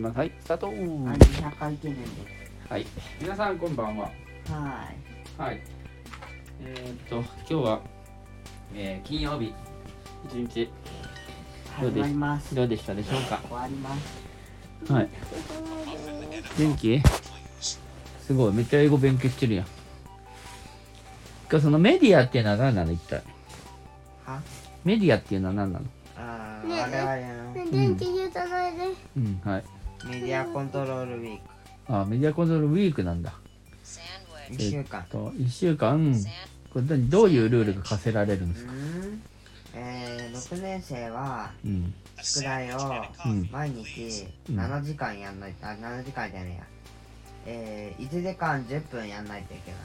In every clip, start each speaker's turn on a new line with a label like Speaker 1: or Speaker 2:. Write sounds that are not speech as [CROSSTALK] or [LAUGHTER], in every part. Speaker 1: んはいスタート
Speaker 2: あの社会イケメンで
Speaker 1: はい皆さんこんばんは
Speaker 2: すは
Speaker 1: はいえー、っと今日は、えー、金曜日一日
Speaker 2: ーい始まります終
Speaker 1: どうでしたでしょうか
Speaker 2: わります
Speaker 1: はい。元気すごい、めっちゃ英語勉強してるやん。かそのメディアっていうのは何なの一体
Speaker 2: は
Speaker 1: メディアっていうのは何なの
Speaker 2: あー
Speaker 3: ね
Speaker 2: 我々の
Speaker 3: 電気言うたないで。
Speaker 1: うん、はい。
Speaker 2: メディアコントロールウィーク
Speaker 1: あ、メディアコントロールウィークなんだ。
Speaker 2: 1週間
Speaker 1: と1週間、これどういうルールが課せられるんで
Speaker 2: う
Speaker 1: すか
Speaker 2: ーんえー、6年生は
Speaker 1: うん。
Speaker 2: 宿題を
Speaker 1: うん
Speaker 2: 毎日
Speaker 1: うん
Speaker 2: 7時間やんないあ7時間じゃねえやえー、1時間10分やんないといけな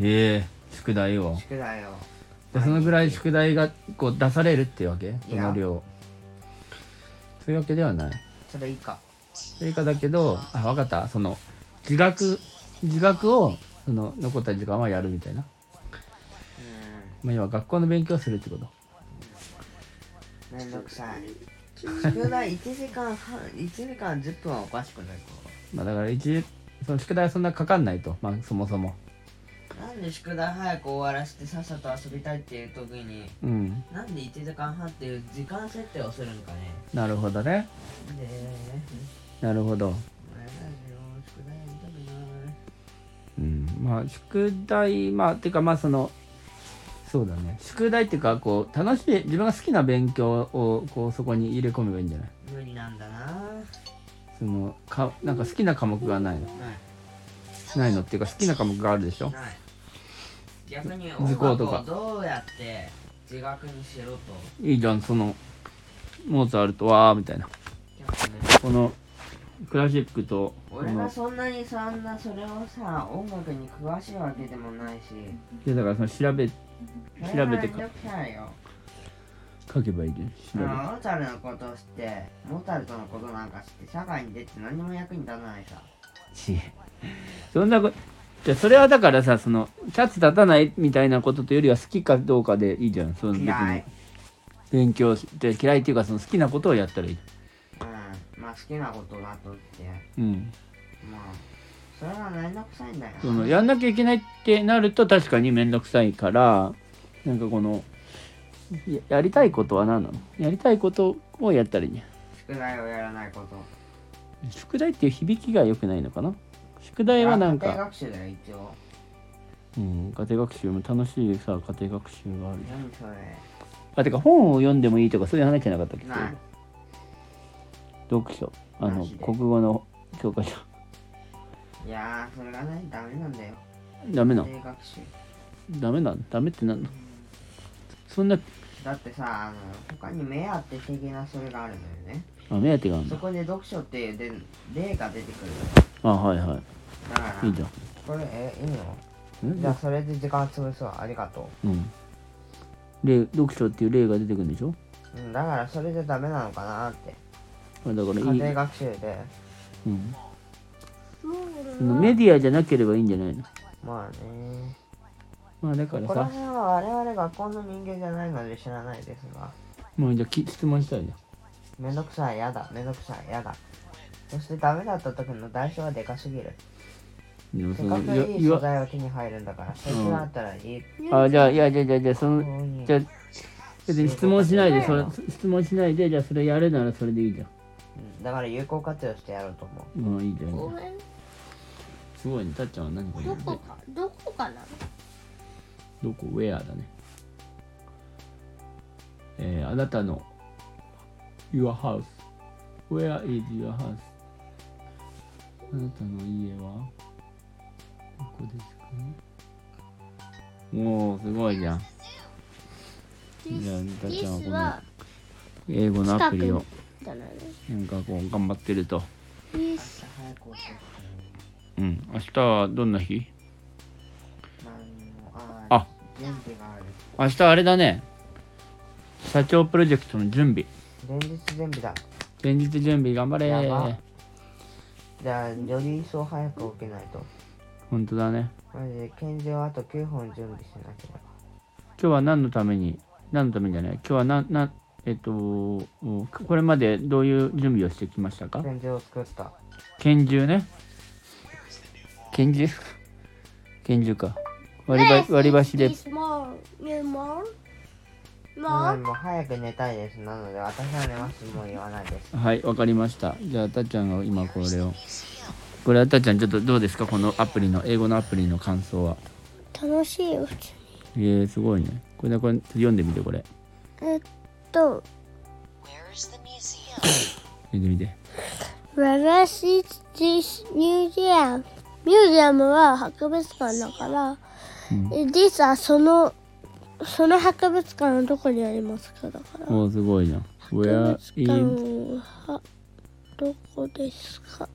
Speaker 1: ええ宿題を
Speaker 2: い。宿題を
Speaker 1: でそのぐらい
Speaker 2: 毎日
Speaker 1: 宿題がこう出されるっていうわけそ
Speaker 2: いや
Speaker 1: の量。そういうわけではない。
Speaker 2: それ以下
Speaker 1: それかだけど、あ、わかった。その、自学、自学を、その、残った時間はやるみたいな。
Speaker 2: う
Speaker 1: まあ、要は学校の勉強をするってこと。
Speaker 2: ーんめんどくさ [LAUGHS] い宿題1時間半1時間10分はおかしくないか
Speaker 1: まあ、だから一、その宿題はそんなかかんないと。まあ、そもそも。
Speaker 2: なんで宿題早く終わらせてさっさと遊びたいっていう時に
Speaker 1: うん。
Speaker 2: なんで1時間半っていう時間設定をするのかね
Speaker 1: なるほどね。
Speaker 2: で
Speaker 1: なるほど。
Speaker 2: 俺らよ宿題やりたくない
Speaker 1: うん。まあ、宿題、まあ、てか、まあ、その、そうだね。宿題っていうか、こう、楽しい、自分が好きな勉強を、こう、そこに入れ込めばいいんじゃない
Speaker 2: 無理なんだな
Speaker 1: その、か、なんか好きな科目がないの。
Speaker 2: ない
Speaker 1: ないのっていうか、好きな科目があるでしょ
Speaker 2: ない逆に
Speaker 1: 図
Speaker 2: 音
Speaker 1: 工
Speaker 2: 楽
Speaker 1: とか
Speaker 2: をどうやって自学にしろと
Speaker 1: いいじゃん、その、モーツァルトは、みたいな。
Speaker 2: 逆に
Speaker 1: この、クラシックと、こ
Speaker 2: 俺が
Speaker 1: の、
Speaker 2: そんなにそんなそれをさ音楽に詳しいわけでもないし
Speaker 1: で、だからその、調べ、調べて
Speaker 2: それはめんど
Speaker 1: か、
Speaker 2: くさいよ
Speaker 1: 書けばいいじゃん、調べて。
Speaker 2: モーツァルのことを知ってモーツァルトのことなんか知って社会に出て何も役に立たないさ
Speaker 1: しそんなこと、じゃあそれはだからさ、その、立つ立たないみたいなことというよりは好きかどうかでいいじゃん、その別
Speaker 2: 嫌
Speaker 1: に
Speaker 2: い。
Speaker 1: 勉強して、嫌いっていうか、その好きなことをやったらいい。
Speaker 2: うんまあ好きなことだとって
Speaker 1: うん。
Speaker 2: まあそれは面倒くさいんだよ
Speaker 1: その、やんなきゃいけないってなると確かにめんどくさいから、なんかこの、ややりたいことは何なのやりたいことをやったらいいじゃん。
Speaker 2: 宿題をやらないこと
Speaker 1: 宿題っていう響きが良くないのかな宿題はなん
Speaker 2: 家庭
Speaker 1: か、
Speaker 2: 学習だよ一応
Speaker 1: うん、家庭学習も楽しいさ家庭学習がある
Speaker 2: 何それ
Speaker 1: あてか本を読んでもいいとかそういう話じゃなかったっけ
Speaker 2: ない
Speaker 1: 読書あの
Speaker 2: マジで
Speaker 1: 国語の教科書
Speaker 2: いやーそれがねダメなんだよ
Speaker 1: ダメな
Speaker 2: 家
Speaker 1: の
Speaker 2: 庭学習
Speaker 1: ダメなのダメってなんのそんな
Speaker 2: だってさあの他に目当て的なそれがあるのよね
Speaker 1: あ目当てがあるん
Speaker 2: そ
Speaker 1: だ
Speaker 2: こで読書っていうで例が出てくる
Speaker 1: あはいは
Speaker 2: だから
Speaker 1: いいいじゃん
Speaker 2: これえいいの
Speaker 1: え
Speaker 2: じゃあそれで時間潰すわありがと
Speaker 1: うん例読書っていう例が出てくるんでしょ
Speaker 2: う、うん、だからそれでダメなのかなって
Speaker 1: あだから
Speaker 2: 家
Speaker 1: いい
Speaker 2: 庭、学習で
Speaker 1: うん、
Speaker 3: も
Speaker 1: そのメディアじゃなければいいんじゃないの
Speaker 2: まあね
Speaker 1: まあだ
Speaker 2: こ
Speaker 1: から
Speaker 2: の辺
Speaker 1: さ
Speaker 2: は我々学校の人間じゃないので知らないですが
Speaker 1: もうじゃあき質問したいじゃん
Speaker 2: めんどくさいやだめんどくさいやだそしてダメだった時の代償はでかすぎる
Speaker 1: でも
Speaker 2: せ
Speaker 1: そ
Speaker 2: っか
Speaker 1: のいや
Speaker 2: くいい
Speaker 1: い
Speaker 2: 素
Speaker 1: わ
Speaker 2: 材は手に入るんだからそいつがあったらいい、
Speaker 1: あじゃあいやじゃあじゃあじゃあその
Speaker 2: そういう
Speaker 1: じゃあ別に質問しないでそれ
Speaker 2: うん
Speaker 1: 質問しないでじゃあそれやるならそれでいいじゃ
Speaker 2: うんだから有効活用してやろうと思うん
Speaker 1: うんいいじゃんいいじゃ
Speaker 3: ご
Speaker 1: ん
Speaker 3: めん。
Speaker 1: すごいねたっちゃんは何これ
Speaker 3: どこか、どこかな。
Speaker 1: どこウェアだねえー、あなたの Your house Where is your house あなたの家はどこですかおおすごいじゃんじゃあたっちゃん
Speaker 3: 実
Speaker 1: は
Speaker 3: は。
Speaker 1: この英語のアプリを
Speaker 3: じゃない。
Speaker 1: なんかこう頑張ってると
Speaker 3: 実。
Speaker 2: 早く教えて
Speaker 1: うん明日はどんな日
Speaker 2: まあもう
Speaker 1: あ
Speaker 2: 準備がある
Speaker 1: 明日あれだね社長プロジェクトの準備
Speaker 2: 連日準備だ
Speaker 1: 前日準備頑張れ
Speaker 2: やばじゃあより一層早く起きないと
Speaker 1: 本当だね
Speaker 2: マジで拳銃をあと9本準備しなければ
Speaker 1: 今日は何のために何のためにじゃない今日はななえっと、おこれまでどういう準備をしてきましたか
Speaker 2: 拳銃を作った
Speaker 1: 拳銃ね。拳銃拳銃か。割りば
Speaker 3: This
Speaker 1: 割り箸で
Speaker 3: is more. You more?
Speaker 2: はい
Speaker 3: More?
Speaker 2: もう早く寝たいですなので私は寝ますもう言わないです
Speaker 1: はい、わかりました。じゃあ、たっちゃんが今これを。これはたっちゃん、ちょっとどうですかこのアプリの、英語のアプリの感想は。
Speaker 3: 楽しいよ。普通
Speaker 1: えー、すごいね。これね、これ、読んでみて、これ。
Speaker 3: えっと、
Speaker 4: Where's the museum?
Speaker 1: 読んでみて。
Speaker 3: Where is this museum? ミュージアムは博物館だから、え This はその、その博物館のどこにありますかだから。
Speaker 1: おー、すごいじゃん。Where
Speaker 3: 博
Speaker 1: is
Speaker 3: 物館はどこですか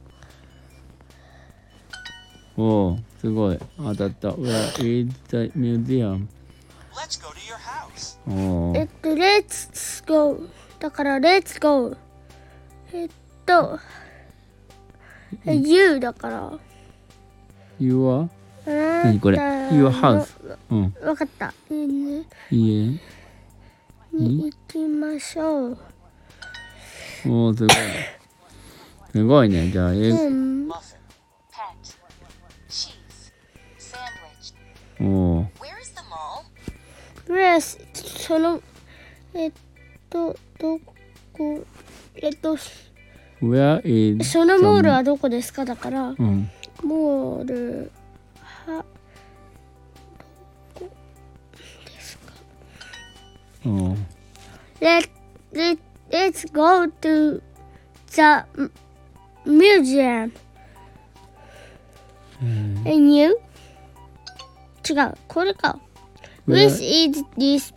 Speaker 1: おおすごい当たった Where is the museum?
Speaker 4: Let's go to your house.
Speaker 1: おお
Speaker 3: えっと、Let's go だから Let's go えっと、え You だから。
Speaker 1: Your
Speaker 3: 何
Speaker 1: 何これ Your house うん
Speaker 3: わかった。犬
Speaker 1: 家
Speaker 3: に行きましょう。
Speaker 1: おおすごいすごいねじゃあ英
Speaker 3: うん
Speaker 4: Muffin. Pet. Cheese. Sandwich.
Speaker 1: 語おお
Speaker 4: Where is the mall?
Speaker 3: プラスそのえっとどこえっと
Speaker 1: Where is
Speaker 3: そのモールはどこですかだから
Speaker 1: うん
Speaker 3: モールはどこですか
Speaker 1: おお
Speaker 3: Let let let's go to the museum and you 違うこれか Which
Speaker 1: Where,
Speaker 3: is this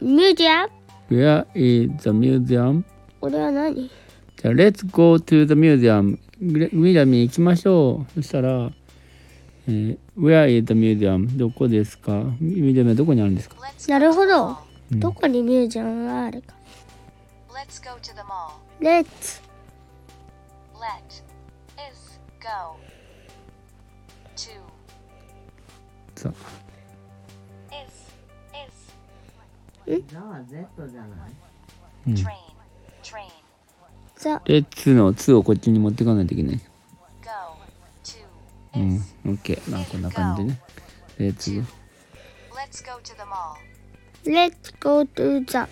Speaker 3: museum
Speaker 1: where is the museum?
Speaker 3: これは何
Speaker 1: じゃあ Let's go to the museum ミュージアムに行きましょうそしたら、えー Where is the museum? どこですかミュージアムはどこにあるんですか
Speaker 4: Let's
Speaker 3: な
Speaker 4: go
Speaker 3: る
Speaker 4: to
Speaker 3: ほ
Speaker 4: the
Speaker 3: ど
Speaker 4: mall.。
Speaker 3: どこにミュージアムがあるか。
Speaker 4: Let's go to the mall.
Speaker 3: Let's
Speaker 4: Let is go to
Speaker 1: さ
Speaker 4: is is
Speaker 2: じゃあ Z じゃない
Speaker 4: train train
Speaker 3: the
Speaker 1: Let's の2をこっちに持ってかないといけない
Speaker 4: go to
Speaker 1: う
Speaker 4: is
Speaker 1: ん、オッケー。まあこんな感じでね。えー、次
Speaker 4: to。Let's go to the mall.
Speaker 3: Let's go to the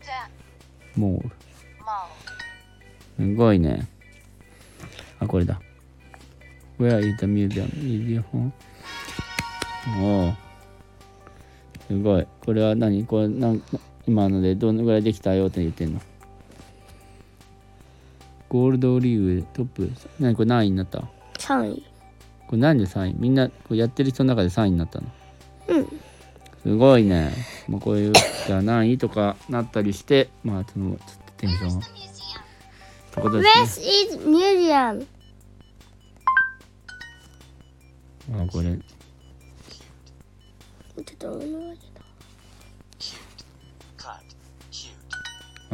Speaker 4: The
Speaker 1: モール。
Speaker 4: mall.
Speaker 1: すごいね。あ、これだ。Where is the museum? Is it home? おお。すごい。これは何これなん今のでどのぐらいできたよって言ってんのゴールドリーグトップ。何これ何位になったこ
Speaker 3: 3位。
Speaker 1: れなんで3位みんなこうやってる人の中で3位になったの
Speaker 3: うん。
Speaker 1: すごいね。まあ、こういう、じゃあ何位とかなったりして、まあ、その、ちょっとテンションを。ってことです
Speaker 3: This is museum.
Speaker 1: ね。あ、これ、
Speaker 3: ちょっと俺のわけだ
Speaker 4: Cute. Cut.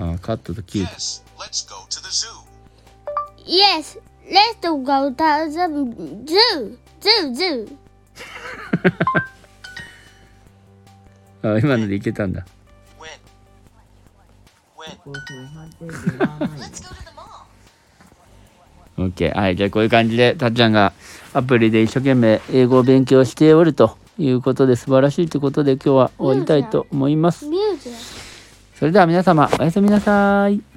Speaker 4: Cute.
Speaker 1: あ、カットとキュー
Speaker 4: Yes. Let's go to the zoo.
Speaker 3: Yes, let's go to the zoo. Zoo, zoo.
Speaker 1: ト。あ、今のでいけたんだ。
Speaker 4: Win. Win.
Speaker 2: こういう判定で言わない
Speaker 4: Let's go to the mall.
Speaker 1: オッケー。はい。じゃあ、こういう感じで、たっちゃんがアプリで一生懸命英語を勉強しておるということで、素晴らしいということで、今日は終わりたいと思います。
Speaker 3: Museum.
Speaker 1: それでは皆様、おやすみなさい。